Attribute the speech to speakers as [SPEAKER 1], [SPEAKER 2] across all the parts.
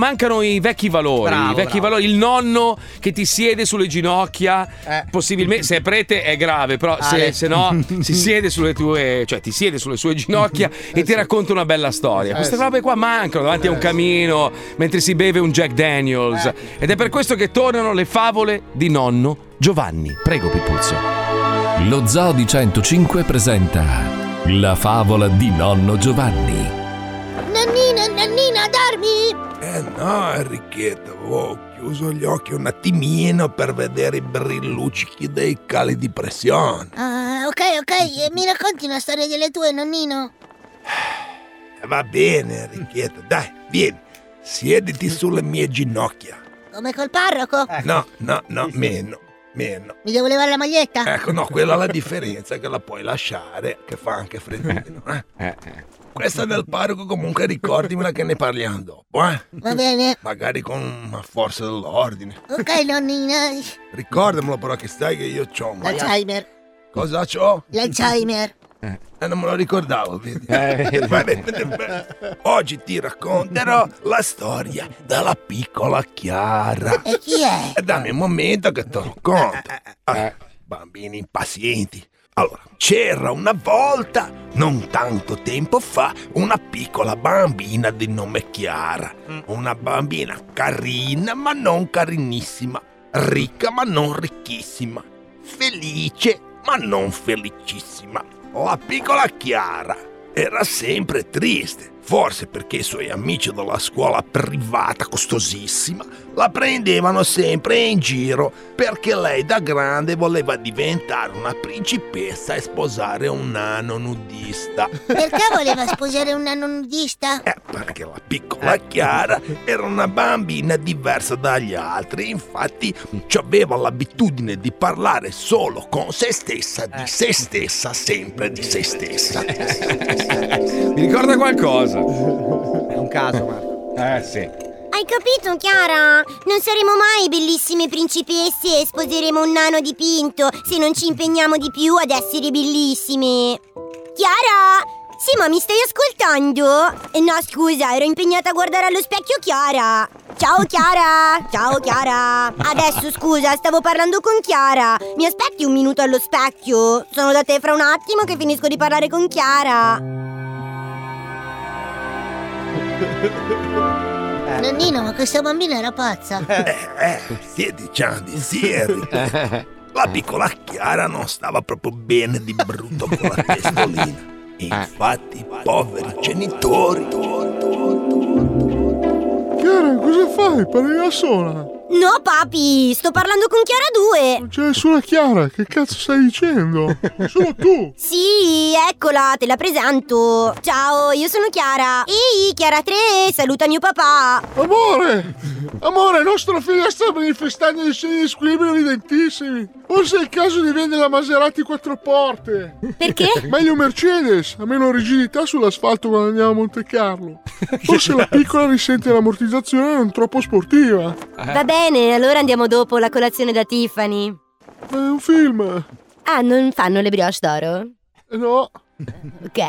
[SPEAKER 1] Mancano i vecchi valori,
[SPEAKER 2] Bravo,
[SPEAKER 1] i vecchi
[SPEAKER 2] bravo.
[SPEAKER 1] valori, il nonno che ti siede sulle ginocchia,
[SPEAKER 2] Eh.
[SPEAKER 1] possibilmente se è prete è grave, però se,
[SPEAKER 2] Ale.
[SPEAKER 1] se no si siede sulle tue, cioè ti siede sulle sue ginocchia e ti racconta una bella storia. Queste
[SPEAKER 2] Eh sì. Eh
[SPEAKER 1] robe qua mancano davanti a un camino mentre si beve un Jack Daniels ed è per questo che tornano le favole di nonno Giovanni. Prego Pippuzzo.
[SPEAKER 3] Lo Zoo di 105 presenta La favola di nonno Giovanni.
[SPEAKER 4] Nannina, nannina, dormi!
[SPEAKER 5] Eh no, Enrichetto, ho chiuso gli occhi un attimino per vedere i brilluccichi dei cali di pressione.
[SPEAKER 4] Ah, ok, ok, e mi racconti una storia delle tue, nonnino?
[SPEAKER 5] Eh, Va bene, Enrichetto, dai, vieni, siediti sulle mie ginocchia.
[SPEAKER 4] Come col parroco?
[SPEAKER 5] No, no, no, meno, meno.
[SPEAKER 4] Mi devo levare la maglietta?
[SPEAKER 5] Ecco, no, quella è la differenza che la puoi lasciare, che fa anche freddino. eh. Questa del parco comunque ricordimela che ne parliamo dopo, eh.
[SPEAKER 4] Va bene.
[SPEAKER 5] Magari con una forza dell'ordine.
[SPEAKER 4] Ok, nonnina.
[SPEAKER 5] Ricordamelo però che sai che io c'ho un...
[SPEAKER 4] L'Alzheimer.
[SPEAKER 5] Cosa c'ho?
[SPEAKER 4] L'Alzheimer.
[SPEAKER 5] Eh, non me lo ricordavo, vedi? Va bene, va bene, va bene. Oggi ti racconterò la storia della piccola Chiara.
[SPEAKER 4] E chi è?
[SPEAKER 5] E dammi un momento che te lo racconto. Ah, bambini impazienti. Allora, c'era una volta, non tanto tempo fa, una piccola bambina di nome Chiara. Una bambina carina ma non carinissima, ricca ma non ricchissima, felice ma non felicissima. La piccola Chiara era sempre triste, forse perché i suoi amici della scuola privata costosissima la prendevano sempre in giro perché lei da grande voleva diventare una principessa e sposare un nano nudista.
[SPEAKER 4] Perché voleva sposare un nano nudista?
[SPEAKER 5] Eh, perché la piccola Chiara era una bambina diversa dagli altri, infatti ci aveva l'abitudine di parlare solo con se stessa, di se stessa, sempre di se stessa.
[SPEAKER 1] Eh. Mi ricorda
[SPEAKER 2] È
[SPEAKER 1] qualcosa?
[SPEAKER 2] un caso, Marco.
[SPEAKER 1] Eh sì.
[SPEAKER 6] Hai capito, Chiara? Non saremo mai bellissime principesse e sposeremo un nano dipinto se non ci impegniamo di più ad essere bellissime. Chiara! Sì, ma mi stai ascoltando? Eh, No, scusa, ero impegnata a guardare allo specchio Chiara. Ciao Chiara! Ciao Chiara! Adesso scusa, stavo parlando con Chiara. Mi aspetti un minuto allo specchio? Sono da te fra un attimo che finisco di parlare con Chiara.
[SPEAKER 4] Nonnino, ma questa bambina era pazza.
[SPEAKER 5] Eh, sì, diciamo di sì, Enrico. La piccola Chiara non stava proprio bene di brutto con la testolina. Infatti, i poveri genitori.
[SPEAKER 7] Chiara, cosa fai? Parli da sola?
[SPEAKER 6] No, papi, sto parlando con Chiara 2.
[SPEAKER 7] Non c'è nessuna Chiara, che cazzo stai dicendo? Solo tu!
[SPEAKER 6] Sì, eccola, te la presento. Ciao, io sono Chiara. Ehi, Chiara 3, saluta mio papà.
[SPEAKER 7] Amore! Amore, nostro figlio sta manifestando dei segni di squilibrio evidentissimi! Forse è il caso di vendere la Maserati quattro porte!
[SPEAKER 6] Perché?
[SPEAKER 7] Meglio Mercedes, a meno rigidità sull'asfalto quando andiamo a Monte Carlo! Forse la piccola risente l'ammortizzazione non troppo sportiva!
[SPEAKER 6] Va bene, allora andiamo dopo la colazione da Tiffany.
[SPEAKER 7] Ma è un film!
[SPEAKER 6] Ah, non fanno le brioche d'oro?
[SPEAKER 7] Eh No!
[SPEAKER 6] Ok.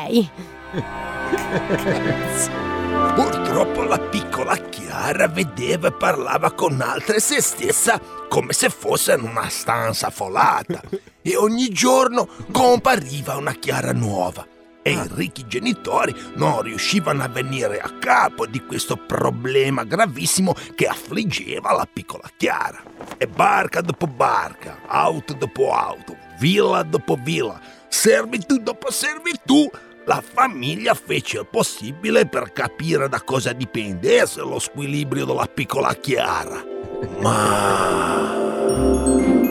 [SPEAKER 5] Purtroppo la piccola Chiara vedeva e parlava con altre se stessa come se fosse in una stanza folata. E ogni giorno compariva una Chiara nuova. E i ricchi genitori non riuscivano a venire a capo di questo problema gravissimo che affliggeva la piccola Chiara. E barca dopo barca, auto dopo auto, villa dopo villa, servitù dopo servitù, la famiglia fece il possibile per capire da cosa dipendesse lo squilibrio della piccola Chiara. Ma...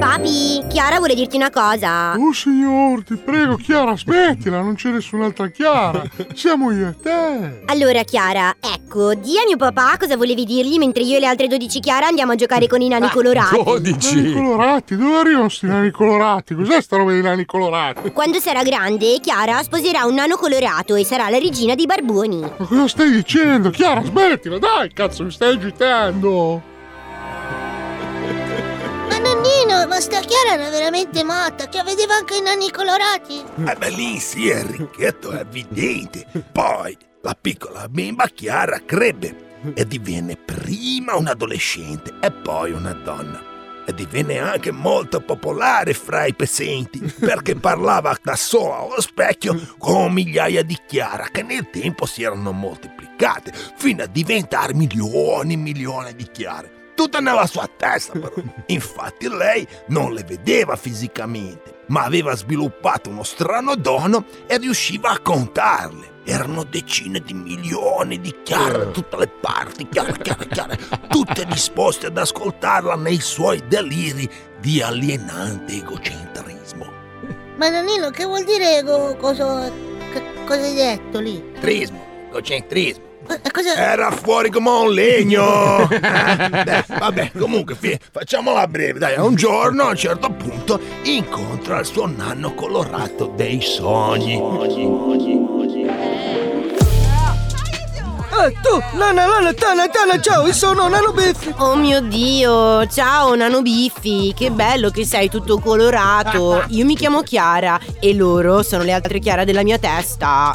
[SPEAKER 6] Papi, Chiara vuole dirti una cosa.
[SPEAKER 7] Oh signor, ti prego Chiara, smettila, non c'è nessun'altra Chiara! Siamo io e te!
[SPEAKER 6] Allora, Chiara, ecco, di a mio papà cosa volevi dirgli mentre io e le altre 12 Chiara andiamo a giocare con i nani colorati.
[SPEAKER 1] 12.
[SPEAKER 7] Nani colorati, dove arrivano sti nani colorati? Cos'è sta roba dei nani colorati?
[SPEAKER 6] Quando sarà grande, Chiara sposerà un nano colorato e sarà la regina dei barboni.
[SPEAKER 7] Ma cosa stai dicendo? Chiara, smettila, dai, cazzo, mi stai agitando!
[SPEAKER 4] Ma nonnino, ma sta Chiara era veramente matta, che vedeva anche i nani colorati.
[SPEAKER 5] Eh beh, lì sì, Enrichetto, è evidente. Poi, la piccola bimba Chiara crebbe e divenne prima un adolescente e poi una donna. E divenne anche molto popolare fra i pezzenti perché parlava da sola allo specchio con migliaia di chiara che nel tempo si erano moltiplicate fino a diventare milioni e milioni di chiare. Tutta nella sua testa però. Infatti lei non le vedeva fisicamente, ma aveva sviluppato uno strano dono e riusciva a contarle. Erano decine di milioni di chiare da tutte le parti, chiare, chiare, chiare, tutte disposte ad ascoltarla nei suoi deliri di alienante egocentrismo.
[SPEAKER 4] Ma Danilo, che vuol dire co- cosa, che- cosa hai detto lì?
[SPEAKER 5] Trismo, egocentrismo.
[SPEAKER 4] Co- cosa-
[SPEAKER 5] Era fuori come un legno! Eh, beh, vabbè, comunque, fi- facciamola breve, dai. Un giorno, a un certo punto, incontra il suo nanno colorato dei sogni.
[SPEAKER 8] Eh, tu, Lana, Lana, Tana, Tana, ciao, sono Nano Biffi.
[SPEAKER 9] Oh mio Dio, ciao Nano Biffi, che bello che sei tutto colorato. Io mi chiamo Chiara e loro sono le altre Chiara della mia testa.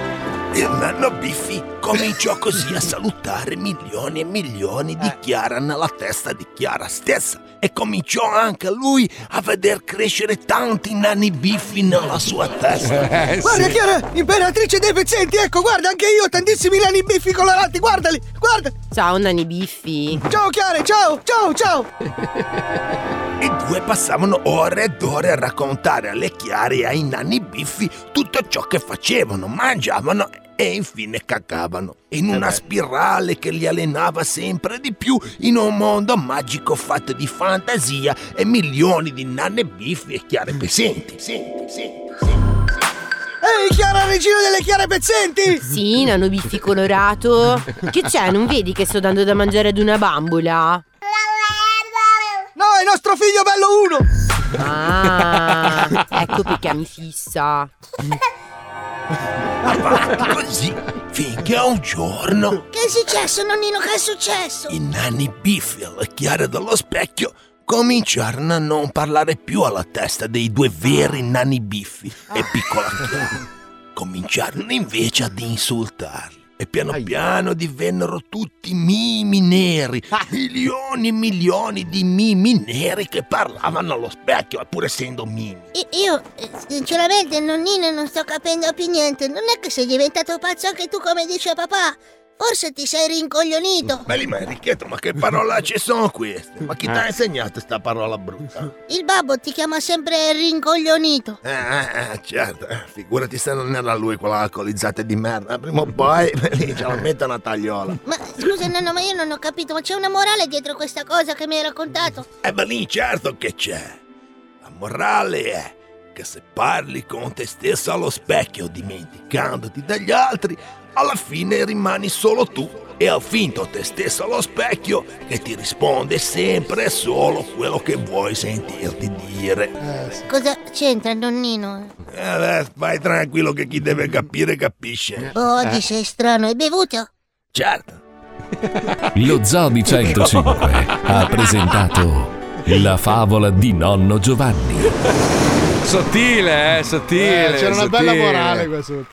[SPEAKER 5] Il nanno Biffi cominciò così a salutare milioni e milioni di Chiara nella testa di Chiara stessa e cominciò anche lui a veder crescere tanti nani Biffi nella sua testa.
[SPEAKER 1] Eh,
[SPEAKER 8] Guarda
[SPEAKER 1] sì.
[SPEAKER 8] Chiara, imperatrice dei pezzenti, ecco, guarda anche io, ho tantissimi lani biffi colorati, guardali, guarda.
[SPEAKER 9] Ciao Nani Biffi.
[SPEAKER 8] Ciao Chiara, ciao, ciao, ciao.
[SPEAKER 5] I due passavano ore ed ore a raccontare alle Chiare e ai nanni biffi tutto ciò che facevano, mangiavano e infine cacavano. In una spirale che li allenava sempre di più in un mondo magico fatto di fantasia e milioni di nanne biffi e chiare pesenti. Senti, senti, senti.
[SPEAKER 8] Ehi Chiara, regina delle chiare pezzenti.
[SPEAKER 9] Sì, Nano Biffi colorato. Che c'è? Non vedi che sto dando da mangiare ad una bambola?
[SPEAKER 8] No, è nostro figlio bello uno.
[SPEAKER 9] Ah, ecco perché mi fissa.
[SPEAKER 5] Avanti così finché un giorno
[SPEAKER 4] Che è successo, nonnino? Che è successo?
[SPEAKER 5] i nanni biffi alla chiara dello specchio cominciarono a non parlare più alla testa dei due veri nanni biffi e piccola chiara. Cominciarono invece ad insultarli. E piano piano divennero tutti mimi neri, milioni e milioni di mimi neri che parlavano allo specchio, pur essendo mimi.
[SPEAKER 4] I- Io, eh, sinceramente, nonnino, non sto capendo più niente. Non è che sei diventato pazzo anche tu, come dice papà. Forse ti sei rincoglionito.
[SPEAKER 5] Ma lì, ma Enrichetto, ma che parolacce sono queste? Ma chi ti ha insegnato sta parola brutta?
[SPEAKER 4] Il babbo ti chiama sempre rincoglionito.
[SPEAKER 5] Eh, eh, eh, certo, eh, figurati se non era lui quella alcolizzata di merda. Prima o poi lì ce la mettono a tagliola.
[SPEAKER 4] Ma scusa, nonno, ma io non ho capito. Ma c'è una morale dietro questa cosa che mi hai raccontato?
[SPEAKER 5] E ma lì certo che c'è. La morale è che se parli con te stesso allo specchio dimenticandoti dagli altri, alla fine rimani solo tu e al finto te stesso allo specchio che ti risponde sempre e solo quello che vuoi sentirti dire.
[SPEAKER 4] Cosa c'entra, nonnino?
[SPEAKER 5] Eh, beh, vai tranquillo che chi deve capire capisce.
[SPEAKER 4] Oh, oggi sei strano. Hai bevuto?
[SPEAKER 5] Certo.
[SPEAKER 3] Lo Zoo di 105 ha presentato La favola di nonno Giovanni.
[SPEAKER 1] Sottile, eh, sottile.
[SPEAKER 7] Eh, c'era una bella
[SPEAKER 1] sottile.
[SPEAKER 7] morale qua sotto.